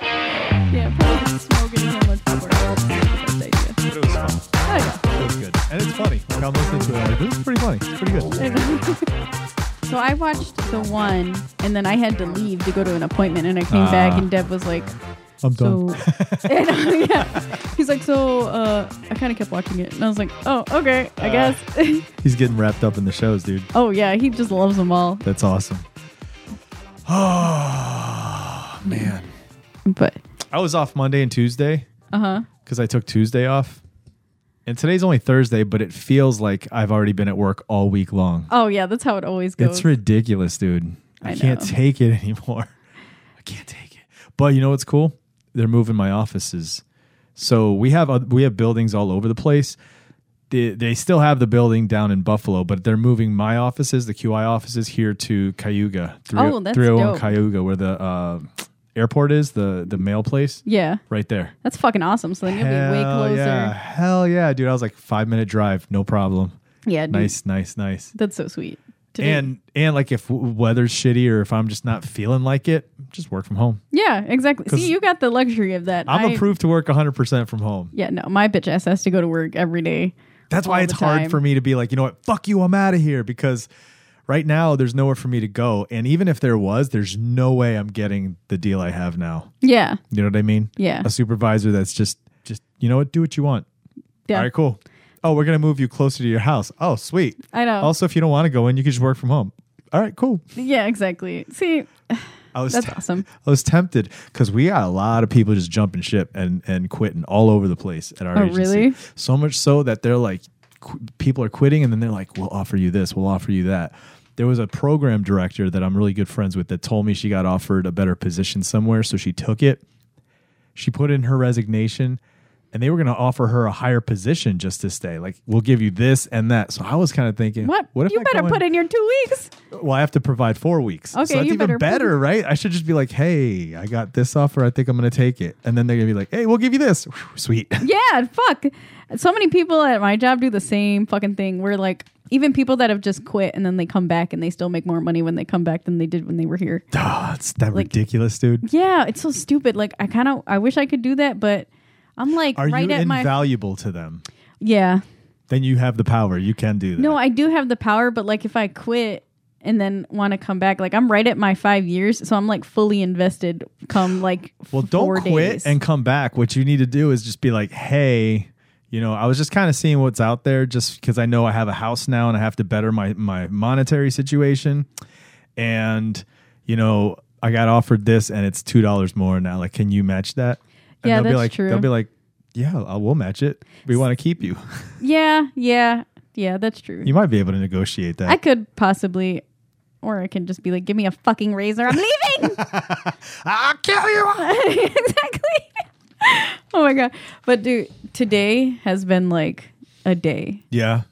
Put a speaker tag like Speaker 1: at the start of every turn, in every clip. Speaker 1: Yeah, probably smoking him was the worst, best idea.
Speaker 2: But it was fun.
Speaker 1: Oh,
Speaker 2: It was good. And it's funny. Like, I'm listening to it. I'm like, this is pretty funny. It's pretty good.
Speaker 1: yeah. so I watched the one, and then I had to leave to go to an appointment, and I came back,
Speaker 2: Ah.
Speaker 1: and Deb was like,
Speaker 2: I'm done.
Speaker 1: "So," and, I- yeah, he's like, "So, uh, I kind of kept watching it," and I was like, "Oh, okay, I
Speaker 2: Uh.
Speaker 1: guess."
Speaker 2: He's getting wrapped up in the shows, dude.
Speaker 1: oh yeah, he just loves them all,
Speaker 2: That's awesome. Oh, man.
Speaker 1: but
Speaker 2: I was off Monday and Tuesday
Speaker 1: uh huh,
Speaker 2: because I took Tuesday off. And today's only Thursday, but it feels like I've already been at work all week long.
Speaker 1: oh yeah, that's how it always goes.
Speaker 2: It's ridiculous, dude. I,
Speaker 1: I
Speaker 2: can't
Speaker 1: know.
Speaker 2: take it anymore. I can't take it. But you know what's cool? They're moving my offices. So we have uh, we have buildings all over the place. They, they still have the building down in Buffalo, but they're moving my offices, the QI offices, here to Cayuga.
Speaker 1: Oh,
Speaker 2: 301
Speaker 1: that's dope.
Speaker 2: Cayuga, where the uh, airport is, the the mail place,
Speaker 1: yeah,
Speaker 2: right there.
Speaker 1: that's fucking awesome. So then you'll be way closer.
Speaker 2: yeah, hell yeah, dude! I was like five minute drive, no problem.
Speaker 1: Yeah, dude,
Speaker 2: Nice, nice, nice
Speaker 1: That's so sweet. To do.
Speaker 2: and and like if w- weather's shitty or if I'm just not feeling like it, just work from home.
Speaker 1: yeah, exactly.
Speaker 2: 'Cause
Speaker 1: See, you got the luxury of that.
Speaker 2: I'm
Speaker 1: I-
Speaker 2: approved to work 100% from home.
Speaker 1: Yeah, no, my bitch ass has to go to work every day.
Speaker 2: That's why
Speaker 1: all
Speaker 2: it's
Speaker 1: the
Speaker 2: hard
Speaker 1: time.
Speaker 2: for me to be like, you know what, fuck you, I'm out of here because right now there's nowhere for me to go, and even if there was, there's no way I'm getting the deal I have now.
Speaker 1: Yeah,
Speaker 2: You know what I mean?
Speaker 1: yeah,
Speaker 2: A supervisor that's just just you know what, do what you want.
Speaker 1: yeah.
Speaker 2: All right, cool. Oh, we're gonna move you closer to your house. Oh, sweet.
Speaker 1: I know.
Speaker 2: Also, if you don't want to go in, you can just work from home. All right, cool.
Speaker 1: yeah, exactly. See,
Speaker 2: I was
Speaker 1: that's awesome.
Speaker 2: I was tempted because we got a lot of people just jumping ship and and quitting all over the place at our
Speaker 1: Oh,
Speaker 2: agency.
Speaker 1: really?
Speaker 2: So much so that they're like, qu- people are quitting, and then they're like, "We'll offer you this. We'll offer you that." There was a program director that I'm really good friends with that told me she got offered a better position somewhere, so she took it. She put in her resignation, and they were going to offer her a higher position just to stay. Like, we'll give you this and that. So I was kind of thinking,
Speaker 1: What?
Speaker 2: What if
Speaker 1: you
Speaker 2: I
Speaker 1: better
Speaker 2: go
Speaker 1: put in your two weeks.
Speaker 2: well, I have to provide four weeks.
Speaker 1: Okay,
Speaker 2: so that's
Speaker 1: you
Speaker 2: even
Speaker 1: better-
Speaker 2: better, right? I should just be like, hey, I got this offer. I think I'm going to take it. And then they're going to be like, hey, we'll give you this. Whew, sweet.
Speaker 1: Yeah, fuck. So many people at my job do the same fucking thing. We're like, even people that have just quit and then they come back and they still make more money when they come back than they did when they were here.
Speaker 2: Oh, it's that
Speaker 1: Like-
Speaker 2: ridiculous, dude.
Speaker 1: Yeah, it's so stupid. Like, I kind of, I wish I could do that, but I'm like
Speaker 2: Are
Speaker 1: right
Speaker 2: you
Speaker 1: at my.
Speaker 2: invaluable to them?
Speaker 1: yeah.
Speaker 2: Then you have the power. You can do that.
Speaker 1: No, I do have the power, but like if I quit and then want to come back, like I'm right at my five years, so I'm like fully invested. Come like f-
Speaker 2: well, don't
Speaker 1: four
Speaker 2: quit
Speaker 1: days.
Speaker 2: and come back. What you need to do is just be like, hey, you know, I was just kind of seeing what's out there just because I know I have a house now and I have to better my, my monetary situation. And, you know, I got offered this and it's $2 more now. Like, can you match that? And
Speaker 1: Yeah,
Speaker 2: they'll be
Speaker 1: that's
Speaker 2: like,
Speaker 1: true.
Speaker 2: They'll be like, yeah, I will match it. We want to keep you.
Speaker 1: yeah, yeah, yeah, that's true.
Speaker 2: You might be able to negotiate that.
Speaker 1: I could possibly, or I can just be like, give me a fucking razor, I'm leaving.
Speaker 2: I'll kill you.
Speaker 1: exactly. oh my god, but dude, today has been like a day.
Speaker 2: Yeah.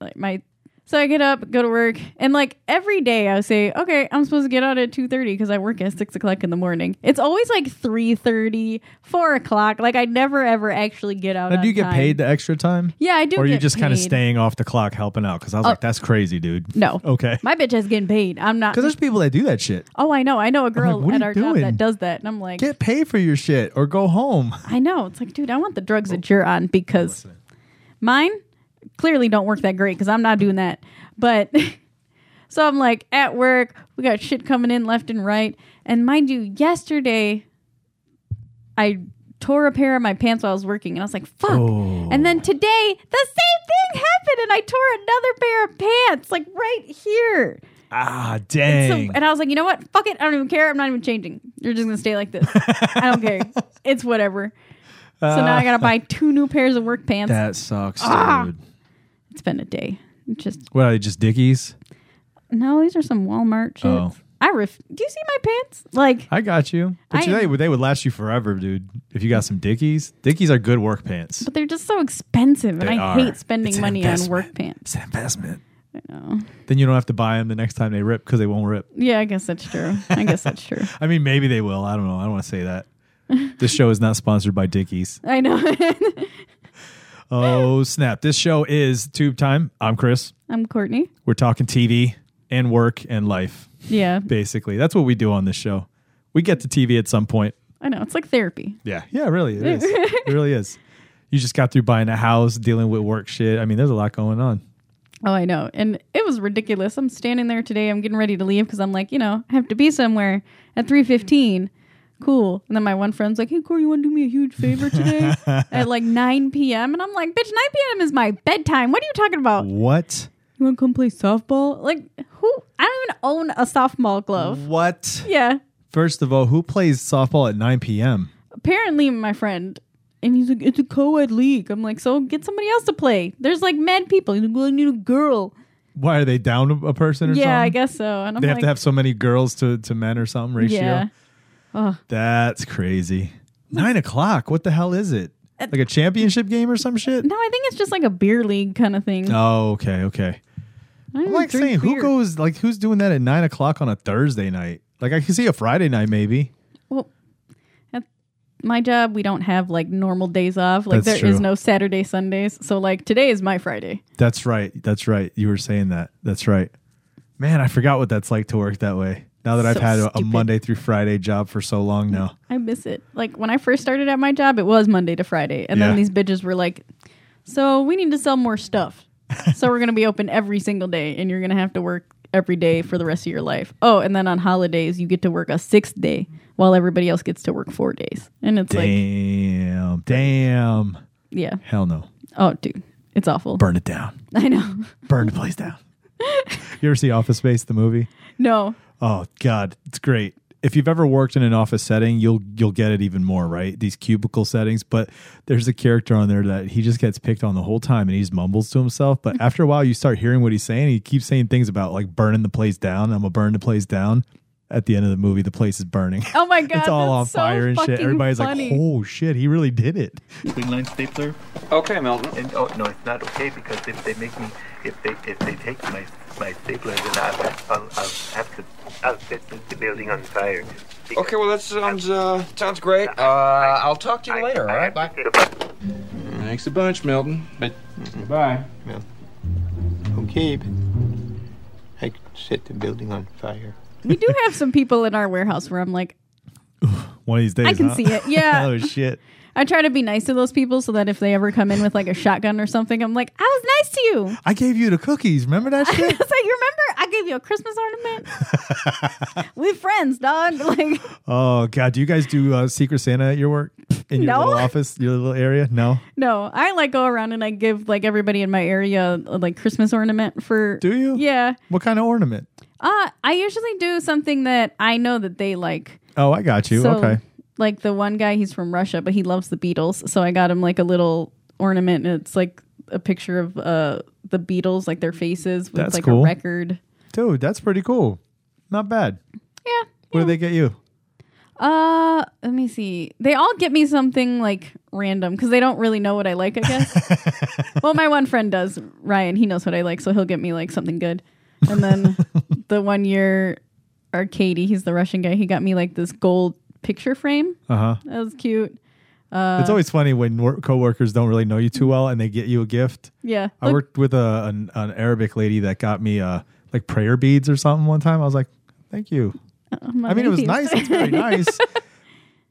Speaker 1: like my so I get up, go to work, and like every day I say, okay, I'm supposed to get out at two thirty because I work at six o'clock in the morning. It's always like 3.30, 4 o'clock. Like I never ever actually get out.
Speaker 2: Now, do
Speaker 1: on
Speaker 2: you get
Speaker 1: time.
Speaker 2: paid the extra time?
Speaker 1: Yeah, I do.
Speaker 2: Or are you
Speaker 1: get
Speaker 2: just kind of
Speaker 1: paid. Uh,
Speaker 2: staying off the clock helping out? Because I was like, that's crazy, dude.
Speaker 1: No,
Speaker 2: Okay.
Speaker 1: my bitch is getting paid. I'm not.
Speaker 2: Oh. Because there's people that do that shit.
Speaker 1: Oh, I know. I know a girl
Speaker 2: what are
Speaker 1: at
Speaker 2: you
Speaker 1: our job
Speaker 2: doing?
Speaker 1: that does that, and I'm like,
Speaker 2: Get paid for your shit or go home.
Speaker 1: I know. It's like, dude, I want the drugs that you're on because mine clearly don't work that great because I'm not doing that. But so I'm like at work, we got shit coming in left and right. And mind you, yesterday I tore a pair of my pants while I was working and I was like, fuck.
Speaker 2: Oh.
Speaker 1: And then today the same thing happened and I tore another pair of pants, like right here.
Speaker 2: Ah,
Speaker 1: So,
Speaker 2: dang.
Speaker 1: and I was like, you know what? Fuck it. I don't even care. I'm not even changing. You're just going to stay like this. I don't care. It's whatever. So now I got to buy two new pairs of work pants.
Speaker 2: that sucks, dude.
Speaker 1: it's been a day. Just,
Speaker 2: What are they, just Dickies?
Speaker 1: no, these are some Walmart shits.
Speaker 2: Oh.
Speaker 1: I ref. Do you see my pants? Like
Speaker 2: I got you. But
Speaker 1: I
Speaker 2: you-
Speaker 1: am-
Speaker 2: they, would- they would last you forever, dude. If you got some Dickies, Dickies are good work pants.
Speaker 1: But they're just so expensive, and
Speaker 2: They
Speaker 1: I
Speaker 2: are.
Speaker 1: hate spending
Speaker 2: It's an
Speaker 1: money on
Speaker 2: investment.
Speaker 1: work pants.
Speaker 2: It's an investment.
Speaker 1: I know.
Speaker 2: Then you don't have to buy them the next time they rip because they won't rip.
Speaker 1: Yeah, I guess that's true. I guess that's true.
Speaker 2: I mean, maybe they will. I don't know. I don't want to say that. this show is not sponsored by Dickies.
Speaker 1: I know.
Speaker 2: Oh, snap. This show is Tube Time. I'm Chris.
Speaker 1: I'm Courtney.
Speaker 2: We're talking TV and work and life,
Speaker 1: Yeah,
Speaker 2: basically. That's what we do on this show. We get to TV at some point.
Speaker 1: I know. It's like therapy.
Speaker 2: Yeah. Yeah, really. It is. it really is. You just got through buying a house, dealing with work shit. I mean, there's a lot going on.
Speaker 1: Oh, I know. And it was ridiculous. I'm standing there today. I'm getting ready to leave because I'm like, you know, I have to be somewhere at 3.15. Cool. And then my one friend's like, hey, Corey, you want to do me a huge favor today? at like 9 p.m. And I'm like, bitch, 9 p.m. is my bedtime. What are you talking about?
Speaker 2: What?
Speaker 1: You want to come play softball? Like, who? I don't even own a softball glove.
Speaker 2: What?
Speaker 1: Yeah.
Speaker 2: First of all, who plays softball at 9 p.m.?
Speaker 1: Apparently, my friend. And he's like, it's a co-ed league. I'm like, so get somebody else to play. There's like mad people. He's like, well, I need a girl.
Speaker 2: Why are they down a- a person or something?
Speaker 1: Yeah, I guess so. And I'm
Speaker 2: um, They
Speaker 1: like,
Speaker 2: have to have so many girls to, to men or something ratio.
Speaker 1: yeah.
Speaker 2: That's crazy. Nine o'clock. What the hell is it? Like a championship game or some shit?
Speaker 1: No, I think it's just like a beer league kind of thing.
Speaker 2: Oh, okay, okay.
Speaker 1: I don't
Speaker 2: I'm like
Speaker 1: drink
Speaker 2: saying, who
Speaker 1: Hmm, beer.
Speaker 2: goes like who's doing that at nine o'clock on a Thursday night? Like I can see a Friday night maybe.
Speaker 1: Well, at my job, we don't have like normal days off. Like there
Speaker 2: That's
Speaker 1: is
Speaker 2: true.
Speaker 1: no Saturday, Sundays. So like today is my Friday.
Speaker 2: That's right. That's right. You were saying that. That's right. Man, I forgot what that's like to work that way. Now that I've
Speaker 1: So
Speaker 2: had a, a
Speaker 1: stupid.
Speaker 2: Monday through Friday job for so long now.
Speaker 1: I miss it. Like when I first started at my job, it was Monday to Friday, and
Speaker 2: Yeah.
Speaker 1: then these bitches were like, "So we need to sell more stuff. so we're gonna be open every single day, and you're gonna have to work." Every day for the rest of your life. Oh, and then on holidays, you get to work a sixth day while everybody else gets to work four days. And it's like,
Speaker 2: Damn. damn.
Speaker 1: yeah.
Speaker 2: Hell no.
Speaker 1: Oh, dude, it's awful.
Speaker 2: Burn it down.
Speaker 1: I know.
Speaker 2: Burn the place down. you ever see Office Space, the movie?
Speaker 1: No.
Speaker 2: Oh God, it's great. If you've ever worked in an office setting, you'll you'll get it even more, right? These cubicle settings. But there's a character on there that he just gets picked on the whole time and he just mumbles to himself.
Speaker 1: Hmm.
Speaker 2: But after a while you start hearing what he's saying. He keeps saying things about like burning the place down. I'm gonna burn the place down. At the end of the movie, the place is burning.
Speaker 1: Oh my god,
Speaker 2: it's all
Speaker 1: that's
Speaker 2: on
Speaker 1: so
Speaker 2: fire and shit.
Speaker 1: fucking
Speaker 2: Everybody's
Speaker 1: funny.
Speaker 2: like, oh shit, he really did it.
Speaker 3: Queen line stapler.
Speaker 4: Okay, Milton.
Speaker 3: And oh no, it's not okay because if they make me, if they if they take my my stapler, then I'll I'll, I'll have to I'll set the, the building on fire.
Speaker 4: Okay, well that sounds uh, sounds great. Uh, I'll talk to you later. All right, bye. Thanks a bunch, Milton. But bye.
Speaker 3: Okay, but I could set the building on fire.
Speaker 1: we do have some people in our warehouse where I'm like,
Speaker 2: One of these days.
Speaker 1: I can
Speaker 2: huh?
Speaker 1: see it. Yeah.
Speaker 2: oh shit.
Speaker 1: I try to be nice to those people so that if they ever come in with like a shotgun or something, I'm like, I was nice to you.
Speaker 2: I gave you the cookies. Remember that
Speaker 1: I was like,
Speaker 2: shit?
Speaker 1: you remember I gave you a Christmas ornament? we friends, dog. Like,
Speaker 2: Oh god, do you guys do uh, Secret Santa at your work in your
Speaker 1: No.
Speaker 2: little office, your little area? No.
Speaker 1: no, I like go around and I give like everybody in my area like Christmas ornament for.
Speaker 2: Do you?
Speaker 1: Yeah.
Speaker 2: What kind of ornament?
Speaker 1: Uh, I usually do something that I know that they like.
Speaker 2: Oh, I got you. okay.
Speaker 1: Like the one guy, he's from Russia, but he loves the Beatles. So I got him like a little ornament, and it's like a picture of uh the Beatles, like their faces with
Speaker 2: That's
Speaker 1: like
Speaker 2: cool.
Speaker 1: a record.
Speaker 2: Dude, that's pretty cool. Not bad.
Speaker 1: Yeah.
Speaker 2: What do they get you?
Speaker 1: Uh, let me see. They all get me something like random because they don't really know what I like. I guess. well, my one friend does. Ryan, he knows what I like, so he'll get me like something good. And then the one year, or Katie, he's the Russian guy. He got me like this gold picture frame.
Speaker 2: Uh-huh.
Speaker 1: That was cute. Uh,
Speaker 2: it's always funny when work- coworkers don't really know you too well and they get you a gift.
Speaker 1: Yeah.
Speaker 2: I worked with a an, an Arabic lady that got me uh like prayer beads or something one time. I was like, "Thank you."
Speaker 1: Oh,
Speaker 2: I mean, it was nice. It's very nice.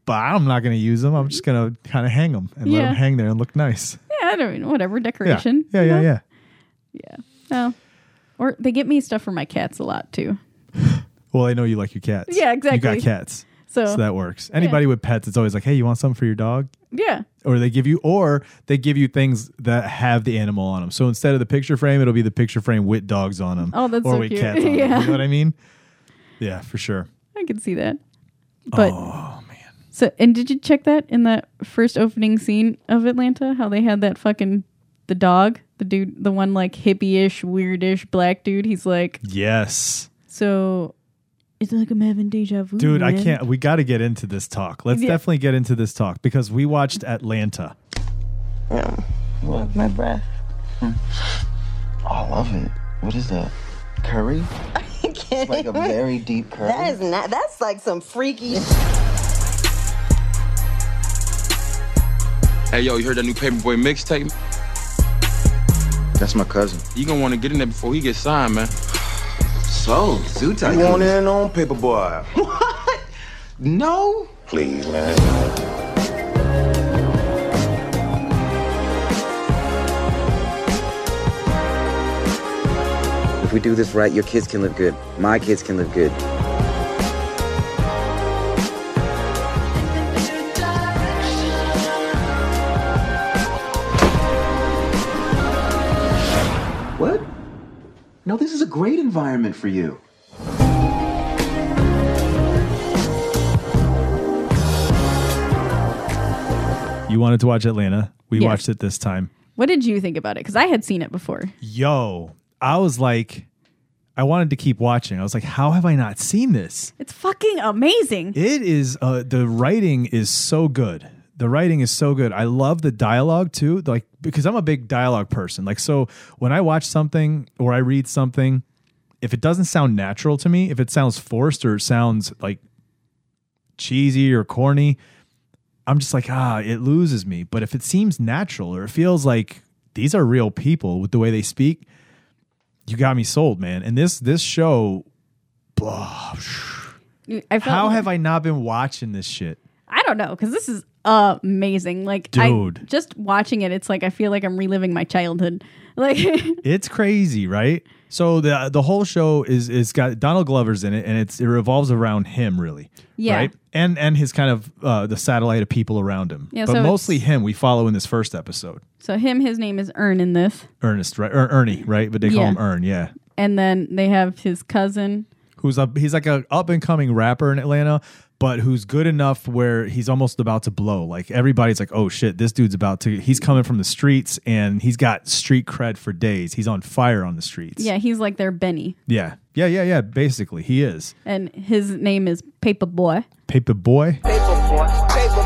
Speaker 2: But I'm not going to use them. I'm just going to kind of hang them and let
Speaker 1: Yeah.
Speaker 2: them hang there and look nice.
Speaker 1: Yeah, I don't know. Whatever
Speaker 2: Yeah.
Speaker 1: decoration.
Speaker 2: Yeah,
Speaker 1: you
Speaker 2: yeah,
Speaker 1: know?
Speaker 2: yeah.
Speaker 1: No. Or they get me stuff for my cats a lot too.
Speaker 2: Well, I know you like your cats.
Speaker 1: Yeah,
Speaker 2: You
Speaker 1: exactly.
Speaker 2: got cats.
Speaker 1: So,
Speaker 2: So that works. Anybody with pets, it's always like, "Hey, you want something for your dog?"
Speaker 1: yeah,
Speaker 2: or they give you or they give you things that have the animal on them. So instead of the picture frame, it'll be the picture frame with dogs on them.
Speaker 1: Oh, that's
Speaker 2: or
Speaker 1: so
Speaker 2: with
Speaker 1: cute.
Speaker 2: cats on 'em.
Speaker 1: Yeah.
Speaker 2: You know what I mean? Yeah, for sure.
Speaker 1: I can see that. But
Speaker 2: Oh,
Speaker 1: So and did you check that in that first opening scene of Atlanta? How they had that fucking the dog, the dude, the one like hippie-ish, weirdish black dude. He's like,
Speaker 2: Yes.
Speaker 1: so It's like I'm having deja vu.
Speaker 2: Dude, I
Speaker 1: man.
Speaker 2: can't. We got to get into this talk. Let's
Speaker 1: Yeah.
Speaker 2: definitely get into this talk because we watched Atlanta.
Speaker 5: Love my breath.
Speaker 6: I love it. What is that? Curry? Like a very deep curry.
Speaker 5: That is not. That's like some freaky. shit.
Speaker 4: Hey, yo, you heard that new Paperboy mixtape?
Speaker 6: That's my cousin.
Speaker 4: You gonna wanna get in there before he gets signed, man.
Speaker 6: So, suit
Speaker 7: You want in on Paperboy?
Speaker 6: No.
Speaker 7: Please, man.
Speaker 8: If we do this right, your kids can live good. My kids can live good.
Speaker 6: What? No, this is a great environment for you.
Speaker 2: You wanted to watch Atlanta. We
Speaker 1: Yes.
Speaker 2: watched it this time.
Speaker 1: What did you think about it? Because I had seen it before.
Speaker 2: Yo, I was like, I wanted to keep watching. I was like, how have I not seen this?
Speaker 1: It's fucking amazing.
Speaker 2: It is uh the writing is so good. The writing is so good. I love the dialogue too, like because I'm a big dialogue person. Like so when I watch something or I read something, if it doesn't sound natural to me, if it sounds forced or it sounds like cheesy or corny, I'm just like, ah, it loses me. But if it seems natural or it feels like these are real people with the way they speak, you got me sold, man. And this this show, blah,
Speaker 1: I felt
Speaker 2: how
Speaker 1: like-
Speaker 2: have I not been watching this shit?
Speaker 1: I don't know because this is amazing. Like, I-
Speaker 2: Dude.
Speaker 1: just watching it, it's like I feel like I'm reliving my childhood. Like,
Speaker 2: It's crazy, right? So the the whole show is is got Donald Glover's in it, and it's it revolves around him really,
Speaker 1: Yeah.
Speaker 2: right? And and his kind of uh, the satellite of people around him,
Speaker 1: Yeah,
Speaker 2: but
Speaker 1: so
Speaker 2: mostly
Speaker 1: it's-
Speaker 2: him. We follow in this first episode,
Speaker 1: so him, his name is Ern in this,
Speaker 2: Ernest, right? Or Ernie, right? But they call
Speaker 1: Yeah.
Speaker 2: him Ern, yeah.
Speaker 1: and then they have his cousin.
Speaker 2: Who's up? He's like a up and coming rapper in Atlanta, but who's good enough where he's almost about to blow. Like everybody's like, oh shit, this dude's about to. He's coming from the streets, and he's got street cred for days. He's on fire on the streets.
Speaker 1: Yeah, he's like their Benny,
Speaker 2: Yeah. Yeah, yeah, yeah. Basically, he is.
Speaker 1: and his name is Paper Boy.
Speaker 2: Paper boy.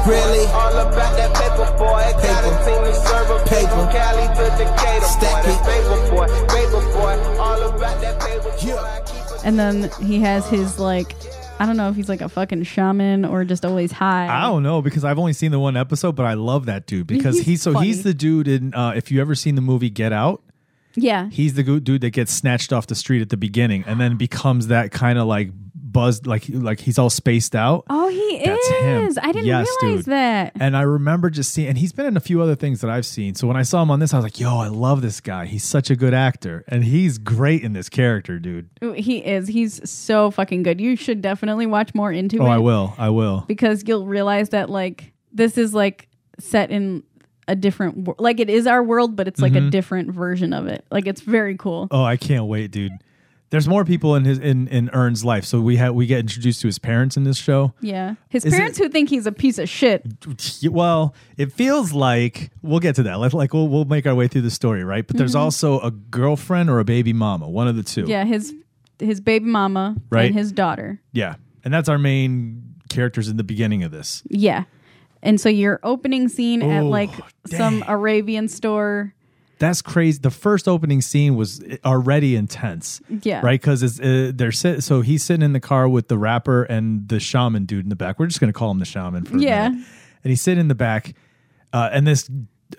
Speaker 9: Really? All about that paper boy. Got a team to serve a paper. From Cali to Decatur. Stack boy. it. Paper boy. Paper boy. All about that paper boy. I keep a
Speaker 1: And then he has his like, I don't know if he's like a fucking shaman or just always high.
Speaker 2: I don't know because I've only seen the one episode, but I love that dude because
Speaker 1: He's
Speaker 2: he's, so he's
Speaker 1: funny.
Speaker 2: the dude in uh, if you ever seen the movie Get Out,
Speaker 1: Yeah,
Speaker 2: he's the goo- dude that gets snatched off the street at the beginning and then becomes that kind of like buzzed like like he's all spaced out.
Speaker 1: Oh, he
Speaker 2: That's him.
Speaker 1: is. I didn't
Speaker 2: Yes,
Speaker 1: realize
Speaker 2: dude.
Speaker 1: that.
Speaker 2: And I remember just seeing, and he's been in a few other things that I've seen. So when I saw him on this, I was like, "Yo, I love this guy. He's such a good actor, and he's great in this character, dude."
Speaker 1: Ooh, He is. He's so fucking good. You should definitely watch more into
Speaker 2: Oh,
Speaker 1: it.
Speaker 2: I will, I will.
Speaker 1: because you'll realize that like this is like set in a different wor- like it is our world but it's like a different version of it like it's very cool
Speaker 2: Mm-hmm. Oh, I can't wait, dude. There's more people in his in in Ern's life. So we had we get introduced to his parents in this show.
Speaker 1: yeah his
Speaker 2: Is it-
Speaker 1: parents who think he's a piece of shit
Speaker 2: Well, it feels like we'll get to that. Like, like we'll we'll make our way through the story, right? But there's also a girlfriend or a baby mama, one of the two.
Speaker 1: Mm-hmm. yeah his his baby mama
Speaker 2: Right.
Speaker 1: and his daughter
Speaker 2: Yeah. And that's our main characters in the beginning of this.
Speaker 1: yeah and so your opening scene at
Speaker 2: Oh,
Speaker 1: like some
Speaker 2: dang.
Speaker 1: arabian store
Speaker 2: That's crazy. The first opening scene was already intense.
Speaker 1: Yeah.
Speaker 2: Right? Cuz it's uh, they're sit- so he's sitting in the car with the rapper and the shaman dude in the back. We're just going to call him the shaman for a
Speaker 1: Yeah.
Speaker 2: minute. And he's sitting in the back uh, and this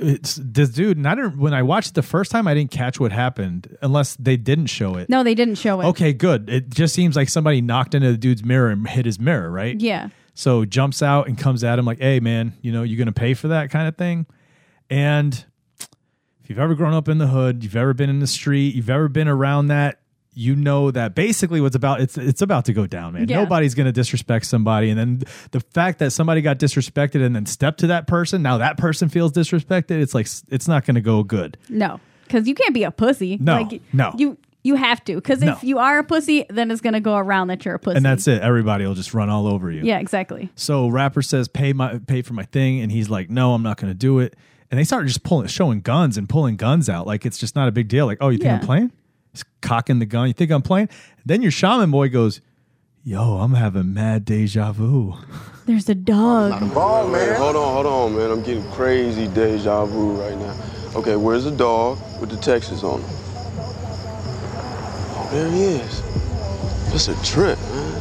Speaker 2: it's, this dude and I didn't when I watched it the first time I didn't catch what happened unless they didn't show it.
Speaker 1: no they didn't show it
Speaker 2: Okay, good. It just seems like somebody knocked into the dude's mirror and hit his mirror, right?
Speaker 1: yeah
Speaker 2: So jumps out and comes at him like, "Hey, man, you know you gonna pay for that kind of thing." And if you've ever grown up in the hood, you've ever been in the street, you've ever been around that, you know that basically what's about it's it's about to go down, man.
Speaker 1: Yeah.
Speaker 2: Nobody's gonna disrespect somebody, and then the fact that somebody got disrespected and then stepped to that person, now that person feels disrespected. It's like it's not gonna go good.
Speaker 1: No, because you can't be a pussy.
Speaker 2: No,
Speaker 1: like,
Speaker 2: no.
Speaker 1: You you have to, because
Speaker 2: No.
Speaker 1: if you are a pussy, then it's gonna go around that you're a pussy.
Speaker 2: And that's it. Everybody will just run all over you.
Speaker 1: yeah, exactly.
Speaker 2: So rapper says, "Pay my pay for my thing," and he's like, "No, I'm not going to do it." And they started just pulling, showing guns and pulling guns out, like it's just not a big deal. Like, oh, you think
Speaker 1: Yeah.
Speaker 2: I'm playing? He's cocking the gun. You think I'm playing? Then your shaman boy goes, yo, I'm having mad deja vu.
Speaker 1: There's a dog.
Speaker 7: Ball, man. Hold on, hold on, man. I'm getting crazy deja vu right now. Okay, where's the dog with the Texas on him? Oh, there he is. That's a trip, man.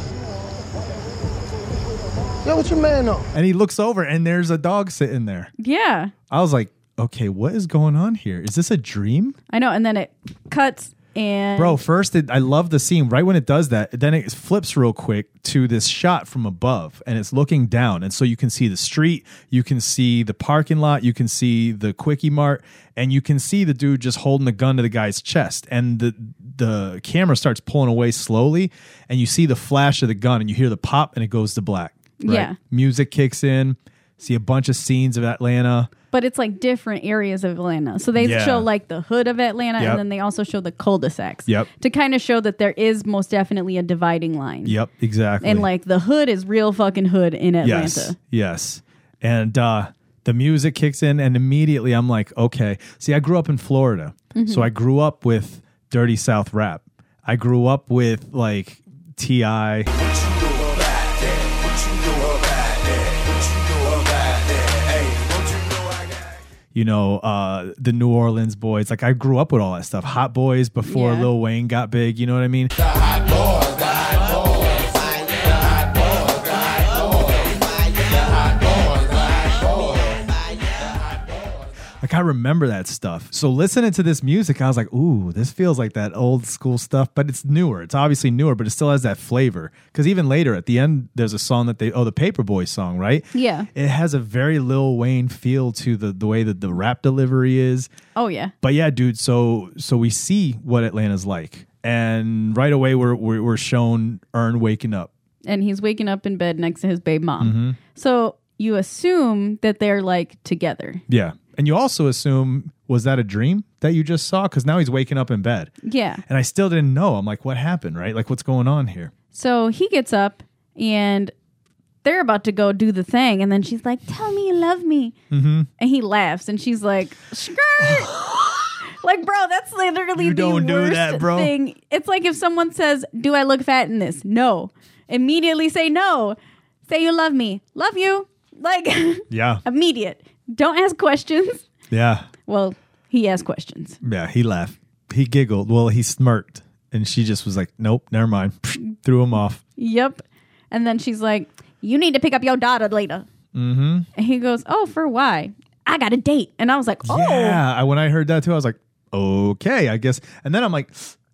Speaker 6: Yo, what your man on?
Speaker 2: And he looks over and there's a dog sitting there.
Speaker 1: Yeah,
Speaker 2: I was like, okay, what is going on here? Is this a dream?
Speaker 1: I know. And then it cuts and
Speaker 2: Bro, first, it, I love the scene. Right when it does that, then it flips real quick to this shot from above and it's looking down. And so you can see the street, you can see the parking lot, you can see the Quickie Mart, and you can see the dude just holding the gun to the guy's chest. And the, the camera starts pulling away slowly, and you see the flash of the gun and you hear the pop and it goes to black.
Speaker 1: Yeah.
Speaker 2: Music kicks in, see a bunch of scenes of Atlanta.
Speaker 1: but it's like different areas of Atlanta. So they
Speaker 2: Yeah.
Speaker 1: show like the hood of Atlanta,
Speaker 2: Yep.
Speaker 1: and then they also show the cul-de-sacs.
Speaker 2: Yep.
Speaker 1: To kind of show that there is most definitely a dividing line.
Speaker 2: Yep, exactly.
Speaker 1: And like the hood is real fucking hood in Atlanta.
Speaker 2: Yes. Yes. And uh, the music kicks in, and immediately I'm like, okay. See, I grew up in Florida. So I grew up with Dirty South rap. I grew up with like T.I. You know, uh, the New Orleans boys. Like, I grew up with all that stuff. Hot Boys before
Speaker 1: Yeah.
Speaker 2: Lil Wayne got big. You know what I mean? Like I remember that stuff. So listening to this music, I was like, ooh, this feels like that old school stuff, but it's newer. It's obviously newer, but it still has that flavor. Because even later at the end, there's a song that they oh, the Paperboy song, right?
Speaker 1: Yeah.
Speaker 2: It has a very Lil Wayne feel to the the way that the rap delivery is.
Speaker 1: Oh yeah.
Speaker 2: But yeah, dude. So so we see what Atlanta's like, and right away we're we're, we're shown Earn waking up.
Speaker 1: And he's waking up in bed next to his babe mom.
Speaker 2: Mm-hmm.
Speaker 1: So you assume that they're like together.
Speaker 2: Yeah, and you also assume was that a dream that you just saw? Because now he's waking up in bed.
Speaker 1: Yeah.
Speaker 2: And I still didn't know. I'm like, what happened, right? Like, what's going on here?
Speaker 1: So he gets up and they're about to go do the thing. And then she's like, Tell me you love me. Mm-hmm. And he laughs and she's like, Skirt. like, bro, that's literally
Speaker 2: You
Speaker 1: the
Speaker 2: don't do
Speaker 1: worst
Speaker 2: that, bro.
Speaker 1: thing. It's like if someone says, Do I look fat in this? No. Immediately say no. Say you love me. Love you. Like,
Speaker 2: Yeah.
Speaker 1: immediate. Don't ask questions.
Speaker 2: Yeah.
Speaker 1: Well, he asked questions.
Speaker 2: Yeah. He laughed. He giggled. Well, he smirked. And she just was like, nope, never mind. Threw him off.
Speaker 1: Yep. And then she's like, You need to pick up your daughter later. Mm-hmm. And he goes, Oh, for why? I got a date. And I was like, Oh,
Speaker 2: Yeah. I, when I heard that too, I was like, okay, I guess. And then I'm like,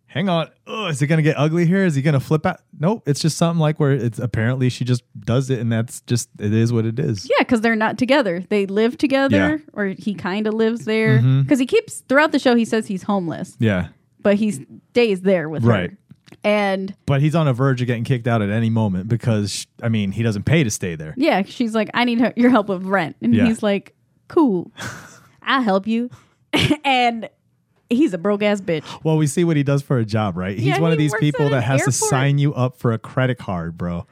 Speaker 2: hang on. Ugh, is it going to get ugly here? Is he going to flip out? Nope. It's just something like where it's apparently she just does it. And that's just, it is what it is.
Speaker 1: yeah, because they're not together. They live together,
Speaker 2: Yeah. Mm-hmm.
Speaker 1: or he kind of lives there. Because he keeps, throughout the show, he says he's homeless,
Speaker 2: Yeah.
Speaker 1: but he stays there with
Speaker 2: Right.
Speaker 1: her. And
Speaker 2: But he's on the verge of getting kicked out at any moment because, I mean, he doesn't pay to stay there.
Speaker 1: yeah, she's like, I need her, your help with rent. And
Speaker 2: Yeah.
Speaker 1: he's like, Cool, I'll help you. and he's a broke ass bitch.
Speaker 2: Well, we see what he does for a job, right? He's
Speaker 1: Yeah,
Speaker 2: one of
Speaker 1: he
Speaker 2: these
Speaker 1: works
Speaker 2: people
Speaker 1: at
Speaker 2: that
Speaker 1: an
Speaker 2: has
Speaker 1: airport.
Speaker 2: to sign you up for a credit card, bro.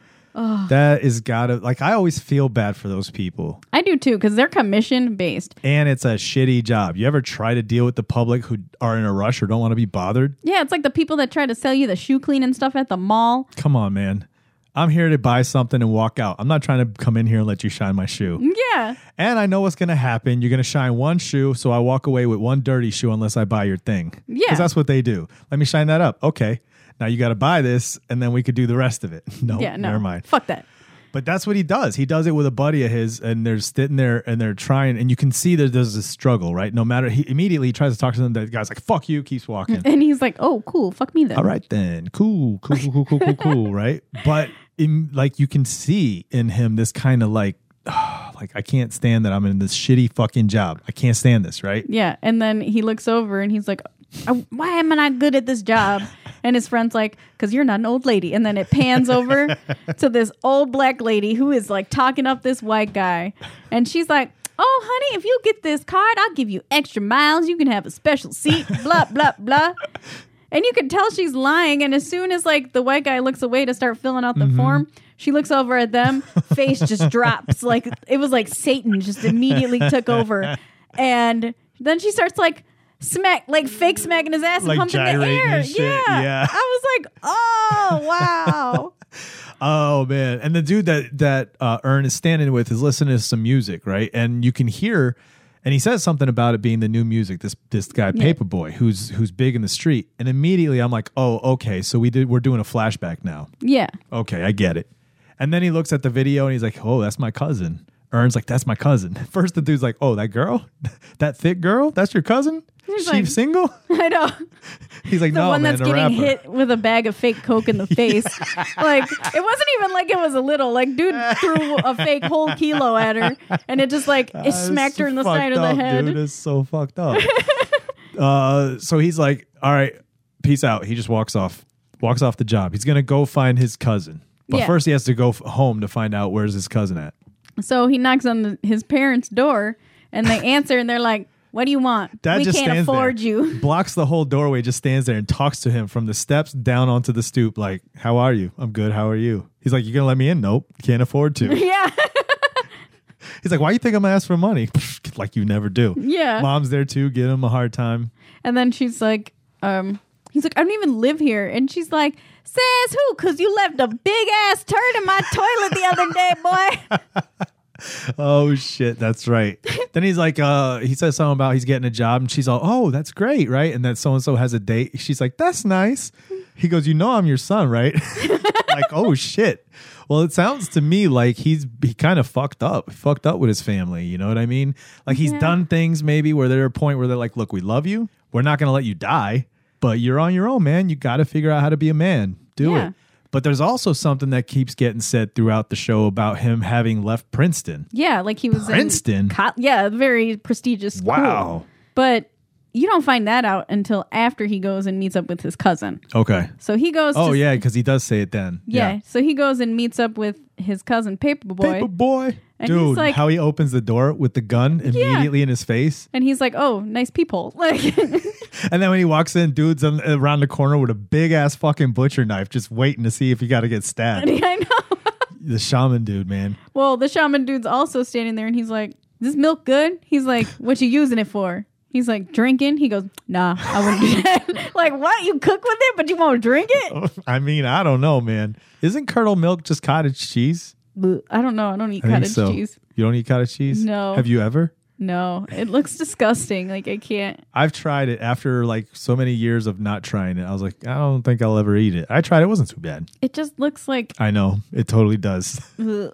Speaker 2: That is gotta like I always feel bad for those people.
Speaker 1: I do too, because they're commission based.
Speaker 2: And it's a shitty job. You ever try to deal with the public who are in a rush or don't want to be bothered?
Speaker 1: Yeah, it's like the people that try to sell you the shoe cleaning stuff at the mall.
Speaker 2: Come on, man. I'm here to buy something and walk out. I'm not trying to come in here and let you shine my shoe.
Speaker 1: Yeah.
Speaker 2: And I know what's gonna happen. You're gonna shine one shoe, so I walk away with one dirty shoe unless I buy your thing.
Speaker 1: Yeah.
Speaker 2: Because that's what they do. Let me shine that up. Okay. Now you gotta buy this and then we could do the rest of it. No,
Speaker 1: Yeah, no.
Speaker 2: never mind.
Speaker 1: Fuck that.
Speaker 2: But that's what he does. He does it with a buddy of his, and they're sitting there and they're trying, and you can see that there's a struggle, right? No matter he immediately tries to talk to them. That guy's like, "Fuck you," keeps walking.
Speaker 1: And he's like, "Oh, cool. Fuck me then."
Speaker 2: All right, then, cool, cool, cool, cool, cool, cool, cool, right? But in like you can see in him this kind of like, like I can't stand that I'm in this shitty fucking job. I can't stand this, right?
Speaker 1: Yeah. And then he looks over and he's like, "Oh, "Why am I not good at this job?" And his friend's like, "Cause you're not an old lady." And then it pans over to this old black lady who is like talking up this white guy, and she's like. Oh, honey, if you get this card, I'll give you extra miles. You can have a special seat, blah, blah, blah. And you can tell she's lying. And as soon as like the white guy looks away to start filling out the form, she looks over at them. Face just drops. Like it was like Satan just immediately took over. And then she starts like smack, like fake smacking his ass
Speaker 2: Like
Speaker 1: and pumping the
Speaker 2: gyrating
Speaker 1: air.
Speaker 2: and shit, yeah.
Speaker 1: I was like, oh wow.
Speaker 2: Oh man! And the dude that that uh, Ern is standing with is listening to some music, right? And you can hear, and he says something about it being the new music. This this guy
Speaker 1: Yeah.
Speaker 2: Paperboy, who's who's big in the street, and immediately I'm like, oh, okay, so we did we're doing a flashback now.
Speaker 1: Yeah.
Speaker 2: Okay, I get it. And then he looks at the video and he's like, oh, that's my cousin. Ern's like, that's my cousin. First, the dude's like, oh, that girl, that thick girl, that's your cousin.
Speaker 1: He's
Speaker 2: She's
Speaker 1: like-
Speaker 2: single.
Speaker 1: I know.
Speaker 2: He's like,
Speaker 1: The
Speaker 2: no,
Speaker 1: one
Speaker 2: man,
Speaker 1: that's
Speaker 2: a
Speaker 1: getting
Speaker 2: rapper.
Speaker 1: hit with a bag of fake coke in the face. Like it wasn't even like it was a little. Like dude threw a fake whole kilo at her and it just like it
Speaker 2: That's
Speaker 1: smacked her in the
Speaker 2: Uh, Ah, fucked
Speaker 1: side of the
Speaker 2: up,
Speaker 1: head.
Speaker 2: Dude, it's so fucked up. uh, so he's like, "All right, peace out." He just walks off, walks off the job. He's gonna go find his cousin, but
Speaker 1: Yeah.
Speaker 2: first he has to go f- home to find out where's his cousin at.
Speaker 1: So he knocks on the, his parents' door and they answer and they're like, "What do you want?
Speaker 2: Dad
Speaker 1: we
Speaker 2: just
Speaker 1: can't
Speaker 2: stands
Speaker 1: afford
Speaker 2: there,
Speaker 1: you."
Speaker 2: blocks the whole doorway, just stands there and talks to him from the steps down onto the stoop. Like, how are you? I'm good. How are you? He's like, you gonna let me in? Nope, can't afford to.
Speaker 1: yeah.
Speaker 2: He's like, why you think I'm gonna ask for money? like you never do.
Speaker 1: Yeah.
Speaker 2: Mom's there too, giving him a hard time.
Speaker 1: And then she's like, um, he's like, I don't even live here. And she's like, says who? Cause you left a big ass turd in my toilet the other day, boy.
Speaker 2: Oh shit, that's right. then he's like, uh, he says something about he's getting a job, and she's all, oh, that's great, right? And that so and so has a date. She's like, that's nice. He goes, you know, I'm your son, right? like, oh shit. Well, it sounds to me like he's he kind of fucked up, fucked up with his family. You know what I mean? Like he's done things maybe where they're at a point where they're like, look, we love you. We're not gonna let you die, but you're on your own, man. You got to figure out how to be a man. Do
Speaker 1: Yeah.
Speaker 2: it. But there's also something that keeps getting said throughout the show about him having left Princeton.
Speaker 1: yeah, like he was In
Speaker 2: Princeton?
Speaker 1: co- yeah, very prestigious school.
Speaker 2: Wow.
Speaker 1: But you don't find that out until after he goes and meets up with his cousin.
Speaker 2: Okay.
Speaker 1: So he goes.
Speaker 2: Oh
Speaker 1: to,
Speaker 2: yeah, because he does say it then.
Speaker 1: yeah. So he goes and meets up with his cousin Paperboy,
Speaker 2: Paper boy.
Speaker 1: And he's
Speaker 2: Dude,
Speaker 1: like-
Speaker 2: how he opens the door with the gun immediately in his face,
Speaker 1: and he's like, "Oh, nice peephole." Like,
Speaker 2: and then when he walks in, dude's on, around the corner with a big ass fucking butcher knife, just waiting to see if he got to get stabbed.
Speaker 1: I know.
Speaker 2: the shaman dude, man.
Speaker 1: Well, the shaman dude's also standing there and he's like, Is this milk good? He's like, What you using it for? He's like, Drinking? He goes, Nah, I wouldn't do that. like, what? You cook with it, but you won't drink it?
Speaker 2: I mean, I don't know, man. Isn't curdled milk just cottage cheese?
Speaker 1: Bleh. I don't know. I don't eat
Speaker 2: I
Speaker 1: cottage
Speaker 2: think so.
Speaker 1: cheese.
Speaker 2: You don't eat cottage cheese?
Speaker 1: No.
Speaker 2: Have you ever?
Speaker 1: No, it looks disgusting. Like, I can't.
Speaker 2: I've tried it after like so many years of not trying it. I was like, I don't think I'll ever eat it. I tried it; it wasn't too bad.
Speaker 1: It just looks like.
Speaker 2: I know it totally does,
Speaker 1: bleh,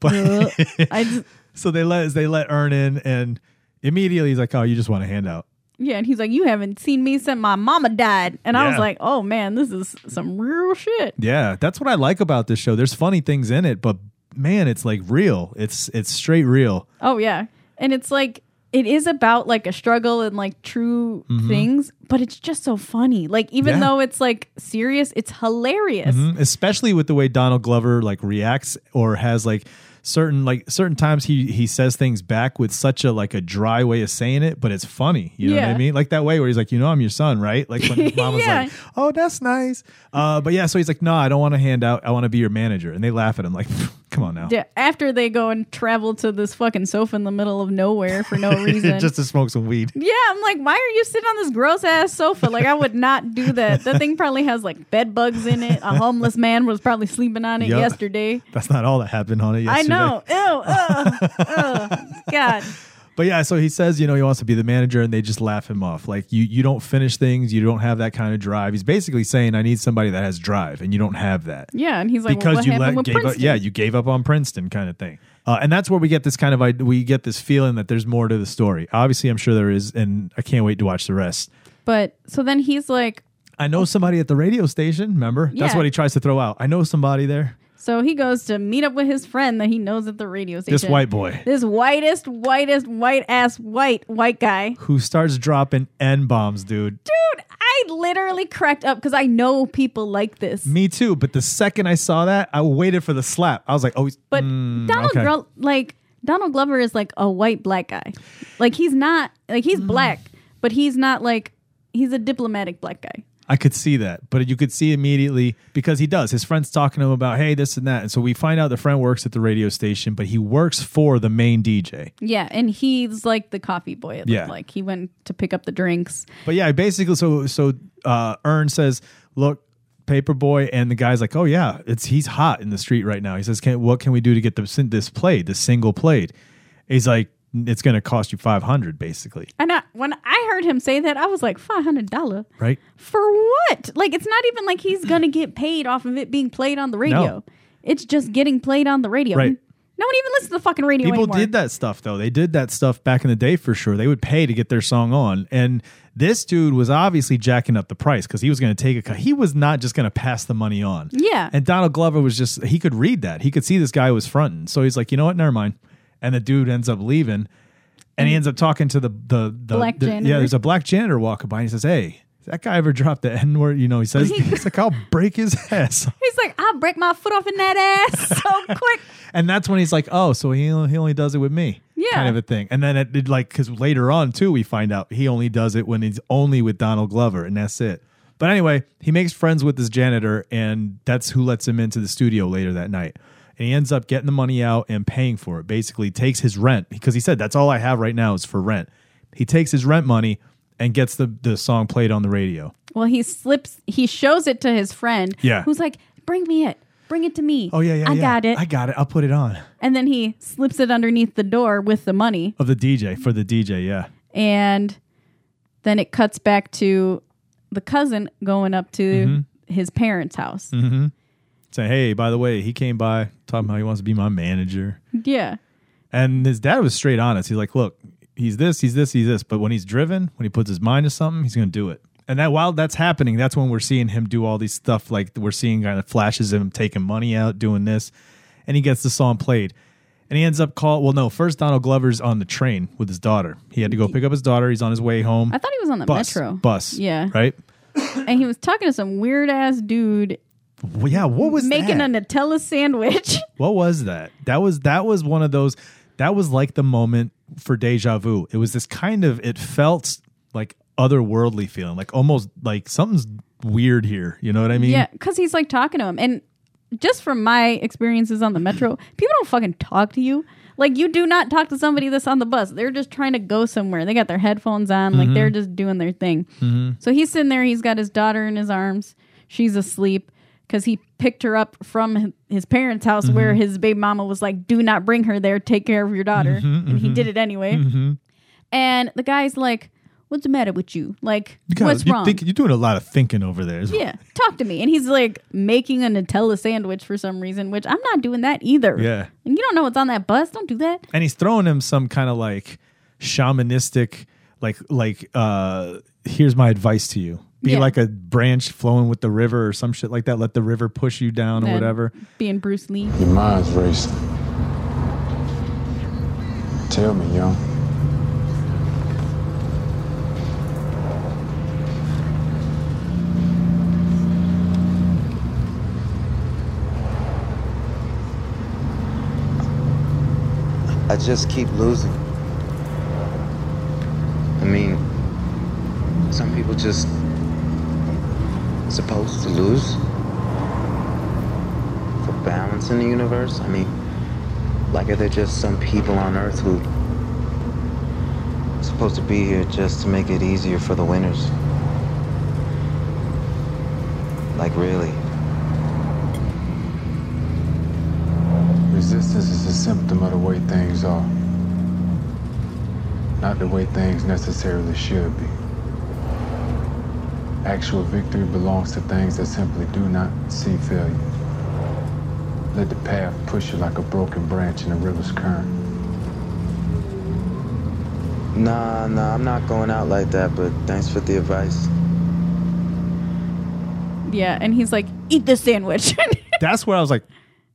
Speaker 2: but
Speaker 1: bleh. I just,
Speaker 2: So they let they let Earn in, and immediately he's like, "Oh, you just want a handout."
Speaker 1: yeah, and he's like, You haven't seen me since my mama died. And I was
Speaker 2: Yeah.
Speaker 1: like, Oh, man, this is some real shit.
Speaker 2: Yeah, that's what I like about this show. There's funny things in it, but man, it's like real. It's it's straight real.
Speaker 1: Oh yeah. And it's like it is about like a struggle and like true things, but it's just so funny. Like even
Speaker 2: Mm-hmm. Yeah.
Speaker 1: though it's like serious, it's hilarious.
Speaker 2: Mhm. Especially with the way Donald Glover like reacts or has like certain like certain times he he says things back with such a like a dry way of saying it, but it's funny. You know what
Speaker 1: Yeah.
Speaker 2: I mean? Like that way where he's like, you know, I'm your son, right? Like when his mom was
Speaker 1: Yeah.
Speaker 2: like, oh, that's nice. Uh, but yeah, so he's like, no, I don't want to hand out. I want to be your manager, and they laugh at him like, come on now,
Speaker 1: Yeah, After they go and travel to this fucking sofa in the middle of nowhere for no reason.
Speaker 2: just to smoke some weed.
Speaker 1: yeah, I'm like, why are you sitting on this gross ass sofa? Like, I would not do that. That thing probably has like bed bugs in it. A homeless man was probably sleeping on it
Speaker 2: Yup.
Speaker 1: yesterday.
Speaker 2: That's not all that happened on it
Speaker 1: I
Speaker 2: yesterday.
Speaker 1: know. Ew. Ugh, ugh. God.
Speaker 2: But yeah, so he says, you know, he wants to be the manager and they just laugh him off. Like you you don't finish things, you don't have that kind of drive. He's basically saying I need somebody that has drive and you don't have that.
Speaker 1: Yeah. And he's like, well,
Speaker 2: because
Speaker 1: what
Speaker 2: you
Speaker 1: happened
Speaker 2: let
Speaker 1: with
Speaker 2: gave up
Speaker 1: Princeton?
Speaker 2: yeah, you gave up on Princeton kind of thing. Uh, and that's where we get this kind of id- we get this feeling that there's more to the story. Obviously, I'm sure there is and I can't wait to watch the rest.
Speaker 1: But so then he's like,
Speaker 2: I know somebody at the radio station, remember? That's
Speaker 1: Yeah.
Speaker 2: what he tries to throw out. I know somebody there.
Speaker 1: So he goes to meet up with his friend that he knows at the radio station.
Speaker 2: This white boy
Speaker 1: This whitest, whitest, white ass, white, white guy.
Speaker 2: who starts dropping N bombs, dude.
Speaker 1: Dude, I literally cracked up because I know people like this.
Speaker 2: Me too. But the second I saw that, I waited for the slap. I was like, oh, he's,
Speaker 1: but Donald
Speaker 2: okay.
Speaker 1: Glo- like Donald Glover is like a white black guy. Like he's not like he's black, but he's not like he's a diplomatic black guy.
Speaker 2: I could see that. But you could see immediately because he does. His friend's talking to him about, hey, this and that. And so we find out the friend works at the radio station, but he works for the main DJ.
Speaker 1: Yeah, and he's like the coffee boy. It looked
Speaker 2: Yeah.
Speaker 1: like he went to pick up the drinks.
Speaker 2: But yeah, basically, so so uh, Earn says, look, Paperboy, and the guy's like, "Oh yeah, it's he's hot in the street right now." He says, can, "What can we do to get the, sin- this played, this single played?" He's like, "It's going to cost you five hundred, basically,
Speaker 1: And I, when I heard him say that, I was like, five hundred dollar
Speaker 2: right?"
Speaker 1: for what? Like, it's not even like he's gonna get paid off of it being played on the radio. It's just getting played on the radio.
Speaker 2: Right.
Speaker 1: No one even listens to the fucking radio
Speaker 2: People
Speaker 1: anymore.
Speaker 2: did that stuff though. They did that stuff back in the day for sure. They would pay to get their song on, and this dude was obviously jacking up the price because he was going to take a cut. He was not just going to pass the money on.
Speaker 1: Yeah.
Speaker 2: And Donald Glover was just he could read that. He could see this guy was fronting, so he's like, you know what, never mind. And the dude ends up leaving, and he ends up talking to the the, the
Speaker 1: Black
Speaker 2: the-
Speaker 1: janitor.
Speaker 2: yeah. There's a black janitor walking by, and he says, "Hey, has that guy ever dropped the N word?" You know, he says, "He's like, I'll break his ass."
Speaker 1: He's like, I'll break my foot off in that ass so quick.
Speaker 2: And that's when he's like, oh, so he, he only does it with me.
Speaker 1: Yeah.
Speaker 2: Kind of a thing. And then it, it like, because later on, too, we find out he only does it when he's only with Donald Glover, and that's it. But anyway, he makes friends with this janitor, and that's who lets him into the studio later that night. And he ends up getting the money out and paying for it. Basically, takes his rent because he said, that's all I have right now is for rent. He takes his rent money and gets the, the song played on the radio.
Speaker 1: Well, he slips. He shows it to his friend.
Speaker 2: Yeah.
Speaker 1: Who's like, bring me it. Bring it to me.
Speaker 2: Oh, yeah, yeah.
Speaker 1: I
Speaker 2: yeah.
Speaker 1: got it.
Speaker 2: I got it. I'll put it on.
Speaker 1: and then he slips it underneath the door with the money.
Speaker 2: Of the DJ, for the DJ, yeah.
Speaker 1: and then it cuts back to the cousin going up to
Speaker 2: Mm-hmm.
Speaker 1: his parents' house.
Speaker 2: say, "Hey, by the way, he came by talking about he wants to be my manager."
Speaker 1: Yeah.
Speaker 2: And his dad was straight honest. He's like, "Look, he's this, he's this, he's this, but when he's driven, when he puts his mind to something, he's going to do it." And that while that's happening, that's when we're seeing him do all these stuff. Like we're seeing kind of flashes of him taking money out, doing this, and he gets the song played. And he ends up call. Well, no, first Donald Glover's on the train with his daughter. He had to go pick up his daughter. He's on his way home.
Speaker 1: I thought he was on the
Speaker 2: bus,
Speaker 1: metro.
Speaker 2: Bus.
Speaker 1: Yeah.
Speaker 2: Right.
Speaker 1: And he was talking to some weird ass dude
Speaker 2: Well, yeah. What was
Speaker 1: making
Speaker 2: that?
Speaker 1: a Nutella sandwich.
Speaker 2: What was that? That was that was one of those that was like the moment for deja vu. It was this kind of it felt like otherworldly feeling, like almost like something's weird here. You know what I mean?
Speaker 1: yeah. Cause he's like talking to him. And just from my experiences on the metro, people don't fucking talk to you. Like you do not talk to somebody that's on the bus. They're just trying to go somewhere. They got their headphones on, like
Speaker 2: Mm-hmm.
Speaker 1: they're just doing their thing. So he's sitting there. He's got his daughter in his arms. She's asleep because he picked her up from hi- his parents' house
Speaker 2: Mm-hmm.
Speaker 1: where his baby mama was like, "Do not bring her there. Take care of your daughter."
Speaker 2: Mm-hmm,
Speaker 1: And he did it anyway. And the guy's like, "What's the matter with you? Like,
Speaker 2: You gotta-
Speaker 1: what's
Speaker 2: you
Speaker 1: wrong?"
Speaker 2: think- you're doing a lot of thinking over there. is-
Speaker 1: yeah, talk to me. And he's like making a Nutella sandwich for some reason, which I'm not doing that either.
Speaker 2: Yeah.
Speaker 1: And you don't know what's on that bus. Don't do that.
Speaker 2: And he's throwing him some kind of like shamanistic, like like uh here's my advice to you. Be
Speaker 1: Yeah.
Speaker 2: like a branch flowing with the river or some shit like that. Let the river push you down or
Speaker 1: Then
Speaker 2: whatever.
Speaker 1: Being Bruce Lee.
Speaker 6: Your mind's racing. Tell me, yo.
Speaker 8: I just keep losing. I mean, some people just supposed to lose for balance in the universe. I mean, like are there just some people on earth who supposed to be here just to make it easier for the winners? Like really?
Speaker 6: Resistance is a symptom of the way things are, not the way things necessarily should be. Actual victory belongs to things that simply do not see failure. Let the path push you like a broken branch in a river's current.
Speaker 8: Nah, nah, I'm not going out like that, but thanks for the advice.
Speaker 1: Yeah. And he's like, eat this sandwich.
Speaker 2: that's where I was like,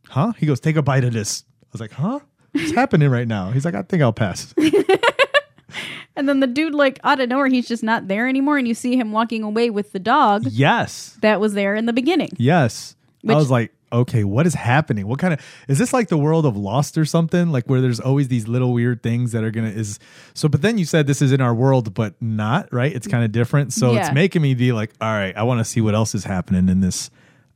Speaker 2: huh? He goes, take a bite of this. I was like, huh? What's happening right now? He's like, I think I'll pass.
Speaker 1: and then the dude, like, out of nowhere, he's just not there anymore. And you see him walking away with the dog
Speaker 2: yes.
Speaker 1: that was there in the beginning.
Speaker 2: Yes.
Speaker 1: Which-
Speaker 2: I was like, okay, what is happening? What kind of is this like the world of Lost or something? Like where there's always these little weird things that are gonna is so. But then you said this is in our world, but not right. It's kind of different, so
Speaker 1: Yeah.
Speaker 2: it's making me be like, all right, I want to see what else is happening in this.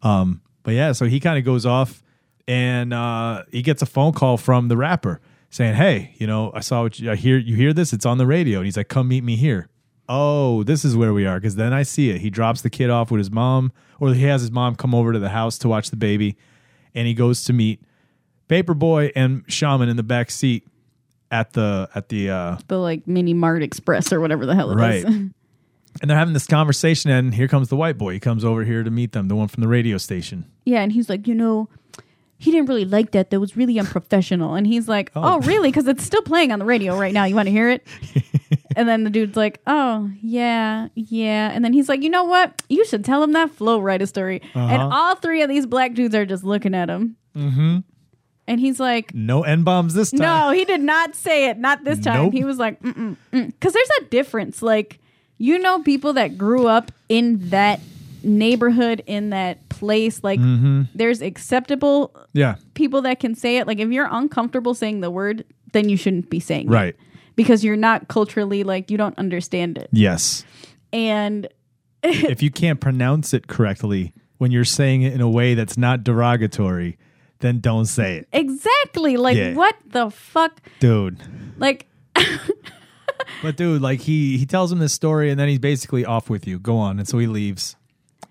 Speaker 2: Um, but yeah, so he kind of goes off, and uh, he gets a phone call from the rapper saying, "Hey, you know, I saw what you, I hear. You hear this? It's on the radio." And he's like, "Come meet me here." oh, this is where we are. Because then I see it. He drops the kid off with his mom, or he has his mom come over to the house to watch the baby, and he goes to meet Paperboy and Shaman in the back seat at the at the uh,
Speaker 1: The like mini Mart Express or whatever the hell it is.
Speaker 2: Right. and they're having this conversation, and here comes the white boy. He comes over here to meet them, the one from the radio station.
Speaker 1: yeah, and he's like, you know, he didn't really like that. That was really unprofessional. And he's like, oh, really? Because it's still playing on the radio right now. You want to hear it? and then the dude's like, oh yeah, yeah. And then he's like, you know what? You should tell him that flow writer story. And all three of these black dudes are just looking at him. Uh-huh. Mm-hmm. And he's like,
Speaker 2: No n bombs this time.
Speaker 1: No, he did not say it. Not this time.
Speaker 2: Nope.
Speaker 1: He was like, mm, because there's a difference. Like, you know, people that grew up in that neighborhood, in that place, like,
Speaker 2: Mm-hmm.
Speaker 1: there's acceptable
Speaker 2: Yeah.
Speaker 1: people that can say it. Like, if you're uncomfortable saying the word, then you shouldn't be saying
Speaker 2: Right.
Speaker 1: it. Because you're not culturally, like, you don't understand it.
Speaker 2: Yes.
Speaker 1: And
Speaker 2: if you can't pronounce it correctly when you're saying it in a way that's not derogatory, then don't say it,
Speaker 1: exactly, like,
Speaker 2: Yeah.
Speaker 1: what the fuck?
Speaker 2: dude.
Speaker 1: Like,
Speaker 2: But dude, like he he tells him this story and then he's basically off with you. Go on, and so he leaves.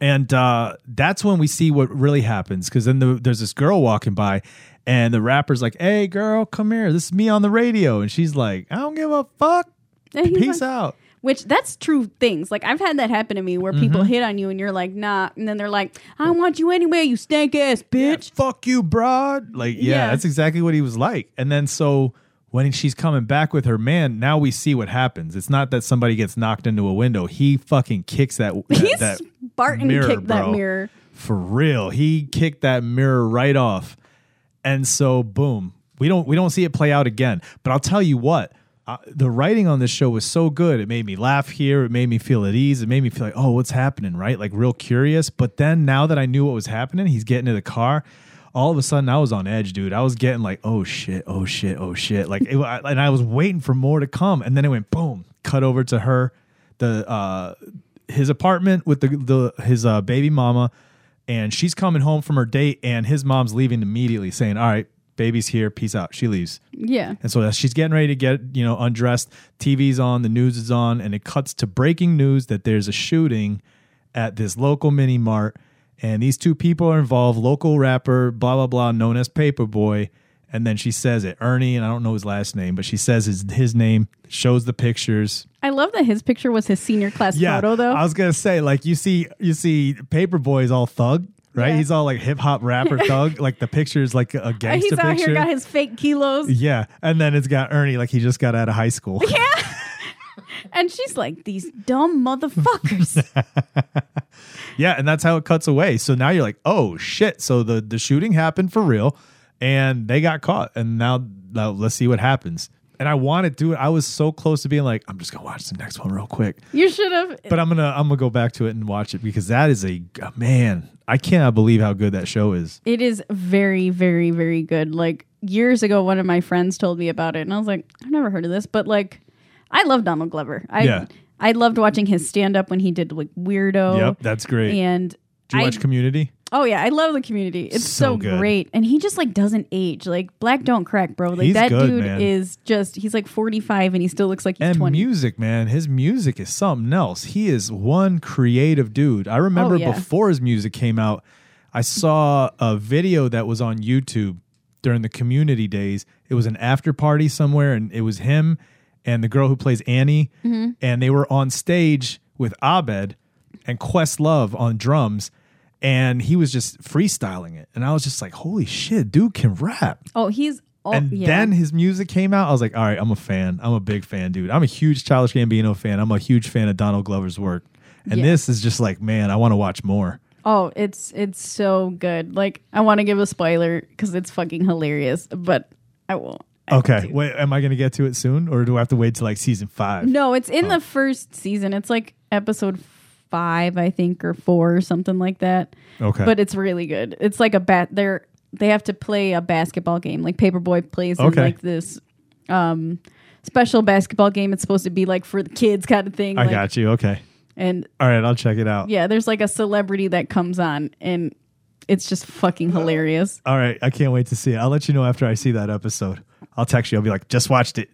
Speaker 2: And uh, that's when we see what really happens because then the, there's this girl walking by, and the rapper's like, "Hey, girl, come here. This is me on the radio." And she's like, "I don't give a fuck.
Speaker 1: and he's
Speaker 2: Peace
Speaker 1: like-
Speaker 2: out."
Speaker 1: Which that's true things. Like I've had that happen to me where people
Speaker 2: Mm-hmm.
Speaker 1: hit on you and you're like, nah, and then they're like, I want you anyway, you stank ass bitch.
Speaker 2: fuck you, broad. Like, yeah,
Speaker 1: Yeah.
Speaker 2: that's exactly what he was like. And then so when she's coming back with her man, now we see what happens. It's not that somebody gets knocked into a window. He fucking kicks that. that
Speaker 1: He's
Speaker 2: that
Speaker 1: Barton
Speaker 2: mirror,
Speaker 1: kicked that
Speaker 2: bro.
Speaker 1: mirror.
Speaker 2: for real. He kicked that mirror right off, and so boom, we don't we don't see it play out again. But I'll tell you what. Uh, the writing on this show was so good. It made me laugh here. It made me feel at ease. It made me feel like, oh, what's happening, right? Like real curious. But then now that I knew what was happening, he's getting to the car. All of a sudden, I was on edge, dude. I was getting like, oh shit, oh shit, oh shit. Like, it, I- and I was waiting for more to come. And then it went boom, cut over to her, the uh, his apartment with the the his uh, baby mama and she's coming home from her date and his mom's leaving immediately saying all right baby's here peace out she leaves
Speaker 1: Yeah.
Speaker 2: and so as she's getting ready to get you know undressed tv's on the news is on and it cuts to breaking news that there's a shooting at this local mini mart and these two people are involved local rapper blah blah blah known as paperboy and then she says it ernie and i don't know his last name but she says his, his name shows the pictures
Speaker 1: I love that his picture was his senior class photo though.
Speaker 2: I was gonna say, like you see, you see, Paperboy is all thug, right?
Speaker 1: Yeah.
Speaker 2: He's all like hip hop rapper thug. Like the picture is like a
Speaker 1: Uh,
Speaker 2: gangster
Speaker 1: He's
Speaker 2: picture.
Speaker 1: out here got his fake kilos.
Speaker 2: yeah, and then it's got Ernie, like he just got out of high school.
Speaker 1: And she's like, These dumb motherfuckers.
Speaker 2: yeah, and that's how it cuts away. So now you're like, oh shit! So the the shooting happened for real, and they got caught, and now, now let's see what happens. And I wanted to. I was so close to being like, I'm just gonna watch the next one real quick.
Speaker 1: you should have
Speaker 2: but I'm gonna I'm gonna go back to it and watch it because that is a man. I cannot believe how good that show is.
Speaker 1: It is very, very, very good. Like years ago, one of my friends told me about it, and I was like, I've never heard of this, but like, I love Donald Glover. I
Speaker 2: Yeah.
Speaker 1: I loved watching his stand up when he did like Weirdo.
Speaker 2: Yep, that's great.
Speaker 1: Oh. And
Speaker 2: Did you
Speaker 1: I-
Speaker 2: watch Community?
Speaker 1: oh yeah, I love the community. It's
Speaker 2: So
Speaker 1: so,
Speaker 2: good.
Speaker 1: great, and he just like doesn't age. Like black don't crack, bro. Like
Speaker 2: He's
Speaker 1: that
Speaker 2: good,
Speaker 1: dude
Speaker 2: man.
Speaker 1: is just he's like forty five and he still looks like he's
Speaker 2: And
Speaker 1: twenty.
Speaker 2: music, man. His music is something else. He is one creative dude. I remember
Speaker 1: Oh, yeah.
Speaker 2: before his music came out, I saw a video that was on YouTube during the community days. It was an after party somewhere, and it was him and the girl who plays Annie,
Speaker 1: Mm-hmm.
Speaker 2: and they were on stage with Abed and Questlove on drums. And he was just freestyling it. And I was just like, holy shit, dude can rap.
Speaker 1: oh, he's all,
Speaker 2: and
Speaker 1: yeah.
Speaker 2: then his music came out. I was like, all right, I'm a fan. I'm a big fan, dude. I'm a huge Childish Gambino fan. I'm a huge fan of Donald Glover's work. And
Speaker 1: Yeah.
Speaker 2: this is just like, man, I want to watch more.
Speaker 1: Oh, it's it's so good. Like I want to give a spoiler because it's fucking hilarious, but I won't. I won't
Speaker 2: Okay,
Speaker 1: do
Speaker 2: wait, am I going to get to it soon, or do I have to wait till like season five?
Speaker 1: No, it's
Speaker 2: Oh.
Speaker 1: in the first season. It's like episode five, I think, or four, or something like that.
Speaker 2: Okay,
Speaker 1: But it's really good. It's like a bat. They're they have to play a basketball game. Like Paperboy plays in
Speaker 2: Okay.
Speaker 1: like this um special basketball game. It's supposed to be like for the kids kind of thing.
Speaker 2: I
Speaker 1: like,
Speaker 2: got you. Okay,
Speaker 1: And
Speaker 2: all right, I'll check it out.
Speaker 1: yeah, there's like a celebrity that comes on, and it's just fucking hilarious.
Speaker 2: All right, I can't wait to see it. I'll let you know after I see that episode. I'll text you. I'll be like, just watched it.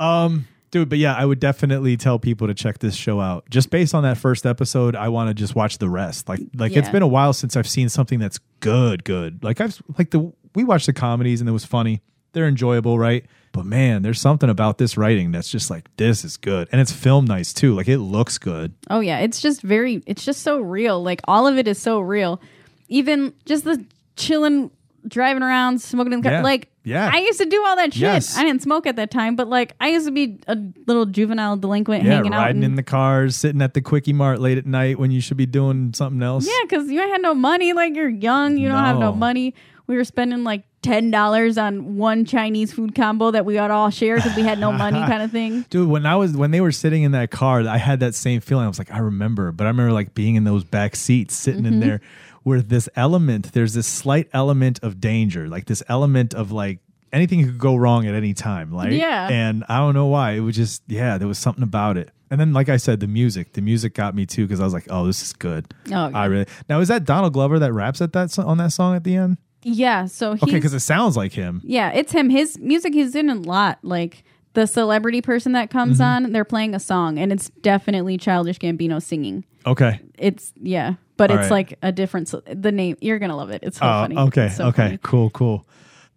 Speaker 2: um, Dude, but yeah, I would definitely tell people to check this show out. Just based on that first episode, I want to just watch the rest. Like like it's
Speaker 1: Yeah.
Speaker 2: been a while since I've seen something that's good, good. Like I've like the we watched the comedies and it was funny. They're enjoyable, right? But man, there's something about this writing that's just like this is good. And it's filmed nice too. Like it looks good.
Speaker 1: Oh yeah, it's just very it's just so real. Like all of it is so real. Even just the chilling driving around smoking in the car.
Speaker 2: Yeah.
Speaker 1: Like
Speaker 2: Yeah.
Speaker 1: I used to do all that shit.
Speaker 2: Yes.
Speaker 1: I didn't smoke at that time, but like I used to be a little juvenile delinquent
Speaker 2: Yeah,
Speaker 1: hanging out
Speaker 2: riding
Speaker 1: and-
Speaker 2: in the cars, sitting at the quickie mart late at night when you should be doing something else.
Speaker 1: Yeah, because you ain't had no money. Like you're young, you don't have no
Speaker 2: No.
Speaker 1: money. We were spending like ten dollars on one Chinese food combo that we got all share because we had no money, kind of thing.
Speaker 2: Dude, when I was when they were sitting in that car, I had that same feeling. I was like, I remember, but I remember like being in those back seats, sitting
Speaker 1: Mm-hmm.
Speaker 2: in there, where this element, there's this slight element of danger, like this element of like anything could go wrong at any time, like
Speaker 1: Yeah.
Speaker 2: And I don't know why it was just yeah, there was something about it. And then, like I said, the music, the music got me too because I was like, oh, this is good.
Speaker 1: Oh, yeah.
Speaker 2: I really now is that Donald Glover that raps at that so- on that song at the end?
Speaker 1: Yeah, so he's
Speaker 2: Okay, because it sounds like him.
Speaker 1: yeah, it's him. His music he's in a lot. Like the celebrity person that comes
Speaker 2: Mm-hmm.
Speaker 1: on, they're playing a song, and it's definitely Childish Gambino singing.
Speaker 2: Okay,
Speaker 1: It's yeah, but
Speaker 2: All
Speaker 1: it's
Speaker 2: right.
Speaker 1: like a different. ce- The name you're gonna love it. It's so
Speaker 2: Oh,
Speaker 1: funny.
Speaker 2: okay,
Speaker 1: It's so
Speaker 2: okay,
Speaker 1: funny.
Speaker 2: cool, cool.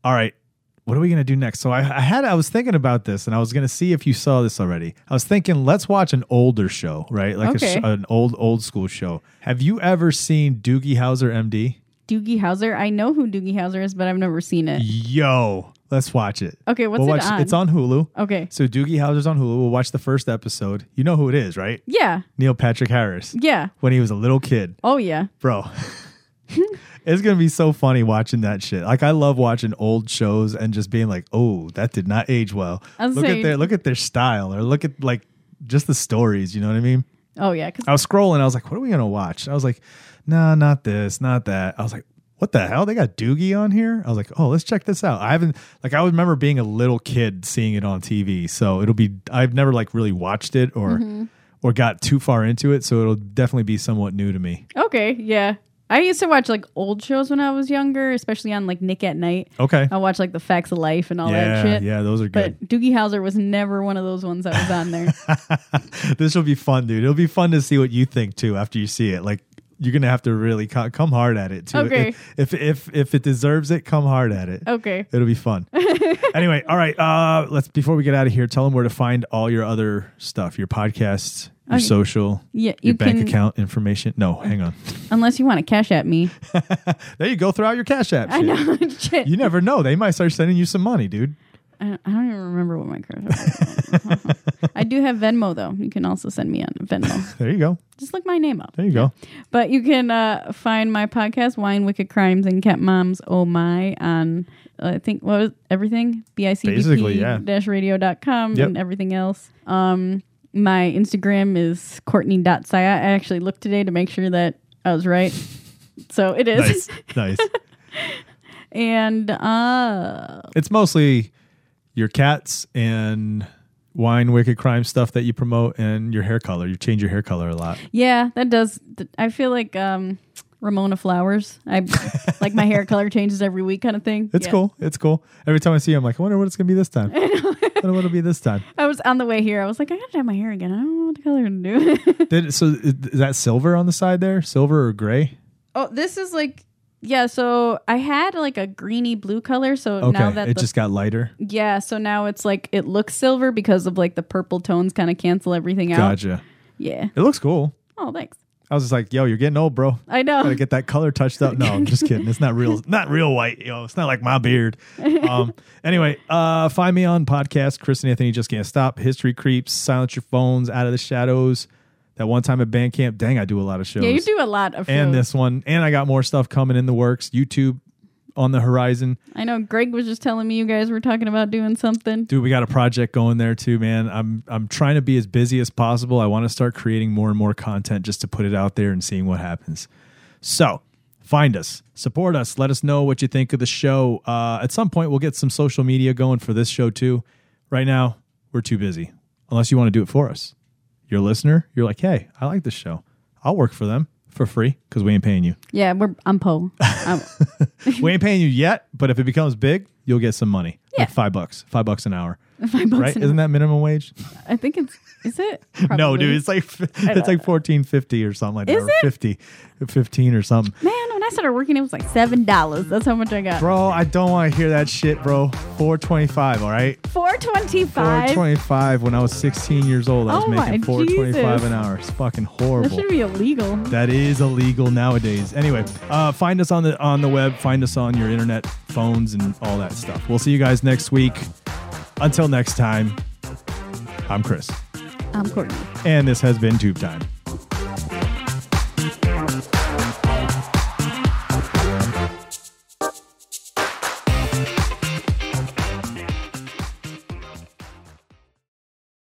Speaker 2: All right, what are we gonna do next? So I, I had, I was thinking about this, and I was gonna see if you saw this already. I was thinking, let's watch an older show, right? Like a
Speaker 1: Okay.
Speaker 2: sh- an old, old school show. Have you ever seen Doogie Howser, MD?
Speaker 1: Doogie Howser. I know who Doogie Howser is, but I've never seen it.
Speaker 2: Yo, let's watch it.
Speaker 1: Okay, what's
Speaker 2: We'll
Speaker 1: it
Speaker 2: watch-
Speaker 1: on?
Speaker 2: It's on Hulu.
Speaker 1: Okay.
Speaker 2: So Doogie Howser's on Hulu. We'll watch the first episode. You know who it is, right?
Speaker 1: Yeah.
Speaker 2: Neil Patrick Harris.
Speaker 1: Yeah.
Speaker 2: When he was a little kid.
Speaker 1: Oh yeah.
Speaker 2: bro. it's gonna be so funny watching that shit. Like I love watching old shows and just being like, "Oh, that did not age well."
Speaker 1: I was
Speaker 2: Look at
Speaker 1: saying-
Speaker 2: their look at their style, or look at like just the stories. You know what I mean?
Speaker 1: Oh yeah. 'cause
Speaker 2: I was scrolling. I was like, "What are we gonna watch?" I was like, "Nah, not this, not that." I was like, "What the hell? They got Doogie on here?" I was like, "Oh, let's check this out." I haven't like I remember being a little kid seeing it on TV, so it'll be I've never like really watched it or
Speaker 1: Mm-hmm.
Speaker 2: or got too far into it, so it'll definitely be somewhat new to me.
Speaker 1: Okay, yeah. I used to watch like old shows when I was younger, especially on like Nick at Night.
Speaker 2: Okay.
Speaker 1: I watched like The Facts of Life and all
Speaker 2: yeah,
Speaker 1: that shit.
Speaker 2: Yeah, those are good.
Speaker 1: But Doogie Howser was never one of those ones that was on there.
Speaker 2: this will be fun, dude. It'll be fun to see what you think too after you see it. Like you're gonna have to really co- come hard at it too.
Speaker 1: Okay.
Speaker 2: If if if it deserves it, come hard at it.
Speaker 1: okay.
Speaker 2: It'll be fun. anyway, all right. Uh, let's before we get out of here, tell them where to find all your other stuff, your podcasts, your
Speaker 1: Okay.
Speaker 2: social,
Speaker 1: Yeah,
Speaker 2: your
Speaker 1: you
Speaker 2: bank
Speaker 1: can-
Speaker 2: account information. No, hang on.
Speaker 1: Unless you want to cash at me.
Speaker 2: There you go. Throw out your cash app.
Speaker 1: I
Speaker 2: shit.
Speaker 1: know. shit.
Speaker 2: You never know. They might start sending you some money, dude.
Speaker 1: I, don't, I don't even remember what my credit was. I do have Venmo though. You can also send me on Venmo.
Speaker 2: There you go.
Speaker 1: Just look my name up.
Speaker 2: There you go.
Speaker 1: But you can uh, find my podcast, Wine, Wicked Crimes, and Cat Moms Oh My, on uh, I think what was everything
Speaker 2: Basically, yeah.
Speaker 1: bicbp radio.com
Speaker 2: Yep.
Speaker 1: and everything else. Um, my Instagram is Courtney.Saya. I actually looked today to make sure that I was right. So it is.
Speaker 2: Nice, nice.
Speaker 1: and uh,
Speaker 2: It's mostly your cats and wine, wicked crime stuff that you promote, and your hair color. You change your hair color a lot.
Speaker 1: yeah, that does. th- I feel like um, Ramona Flowers. I like my hair color changes every week, kind of thing.
Speaker 2: It's
Speaker 1: Yeah.
Speaker 2: cool. It's cool. Every time I see you, I'm like, I wonder what it's gonna be this time. I wonder what it'll be this time.
Speaker 1: I was on the way here. I was like, I gotta dye my hair again. I don't know what color to do.
Speaker 2: Did, so is is that silver on the side there? Silver or gray?
Speaker 1: Oh, this is like yeah. So I had like a greeny blue color. So
Speaker 2: Okay,
Speaker 1: now that
Speaker 2: it
Speaker 1: the,
Speaker 2: just got lighter.
Speaker 1: yeah, so now it's like it looks silver because of like the purple tones kind of cancel everything out.
Speaker 2: Gotcha.
Speaker 1: Yeah.
Speaker 2: It looks cool.
Speaker 1: Oh, thanks.
Speaker 2: I was just like, yo, you're getting old, bro.
Speaker 1: I know.
Speaker 2: Gotta get that color touched up. No, I'm just kidding. It's not real. Not real white. Yo, it's not like my beard. Um. anyway, uh, find me on podcast. Chris and Anthony just can't stop. History creeps. Silence your phones. Out of the shadows. That one time at Bandcamp. Dang, I do a lot of shows.
Speaker 1: yeah, you do a lot of
Speaker 2: And
Speaker 1: shows.
Speaker 2: this one, and I got more stuff coming in the works. YouTube on the horizon.
Speaker 1: I know. Greg was just telling me you guys were talking about doing something.
Speaker 2: Dude, we got a project going there too, man. I'm I'm trying to be as busy as possible. I want to start creating more and more content just to put it out there and seeing what happens. So find us, support us, let us know what you think of the show. Uh, at some point, we'll get some social media going for this show too. Right now, we're too busy. Unless you want to do it for us, your listener, you're like, hey, I like this show. I'll work for them. for free because we ain't paying you.
Speaker 1: Yeah, we're I'm Poe. I'm-
Speaker 2: we ain't paying you yet, but if it becomes big, you'll get some money. Like
Speaker 1: Yeah.
Speaker 2: five bucks, five bucks an hour,
Speaker 1: five bucks
Speaker 2: right?
Speaker 1: an
Speaker 2: Isn't that minimum wage?
Speaker 1: I think it's is it?
Speaker 2: No,
Speaker 1: Probably.
Speaker 2: dude, it's like it's like fourteen fifty or something like that,
Speaker 1: Is
Speaker 2: or
Speaker 1: it?
Speaker 2: 50, 15 or something.
Speaker 1: man. When I started working, it was like seven dollars. That's how much I got.
Speaker 2: Bro, I don't want to hear that shit, bro. Four twenty-five, all right.
Speaker 1: Four twenty
Speaker 2: Four
Speaker 1: five.
Speaker 2: twenty-five. When I was sixteen years old, I was
Speaker 1: Oh my
Speaker 2: making four twenty-five
Speaker 1: Jesus.
Speaker 2: an hour. It's fucking
Speaker 1: That
Speaker 2: horrible.
Speaker 1: should be illegal.
Speaker 2: That is illegal nowadays. Anyway, uh, find us on the on the web. Find us on your internet phones and all that stuff. We'll see you guys next week. Until next time, I'm Chris,
Speaker 1: I'm Courtney.
Speaker 2: and this has been Tube Time.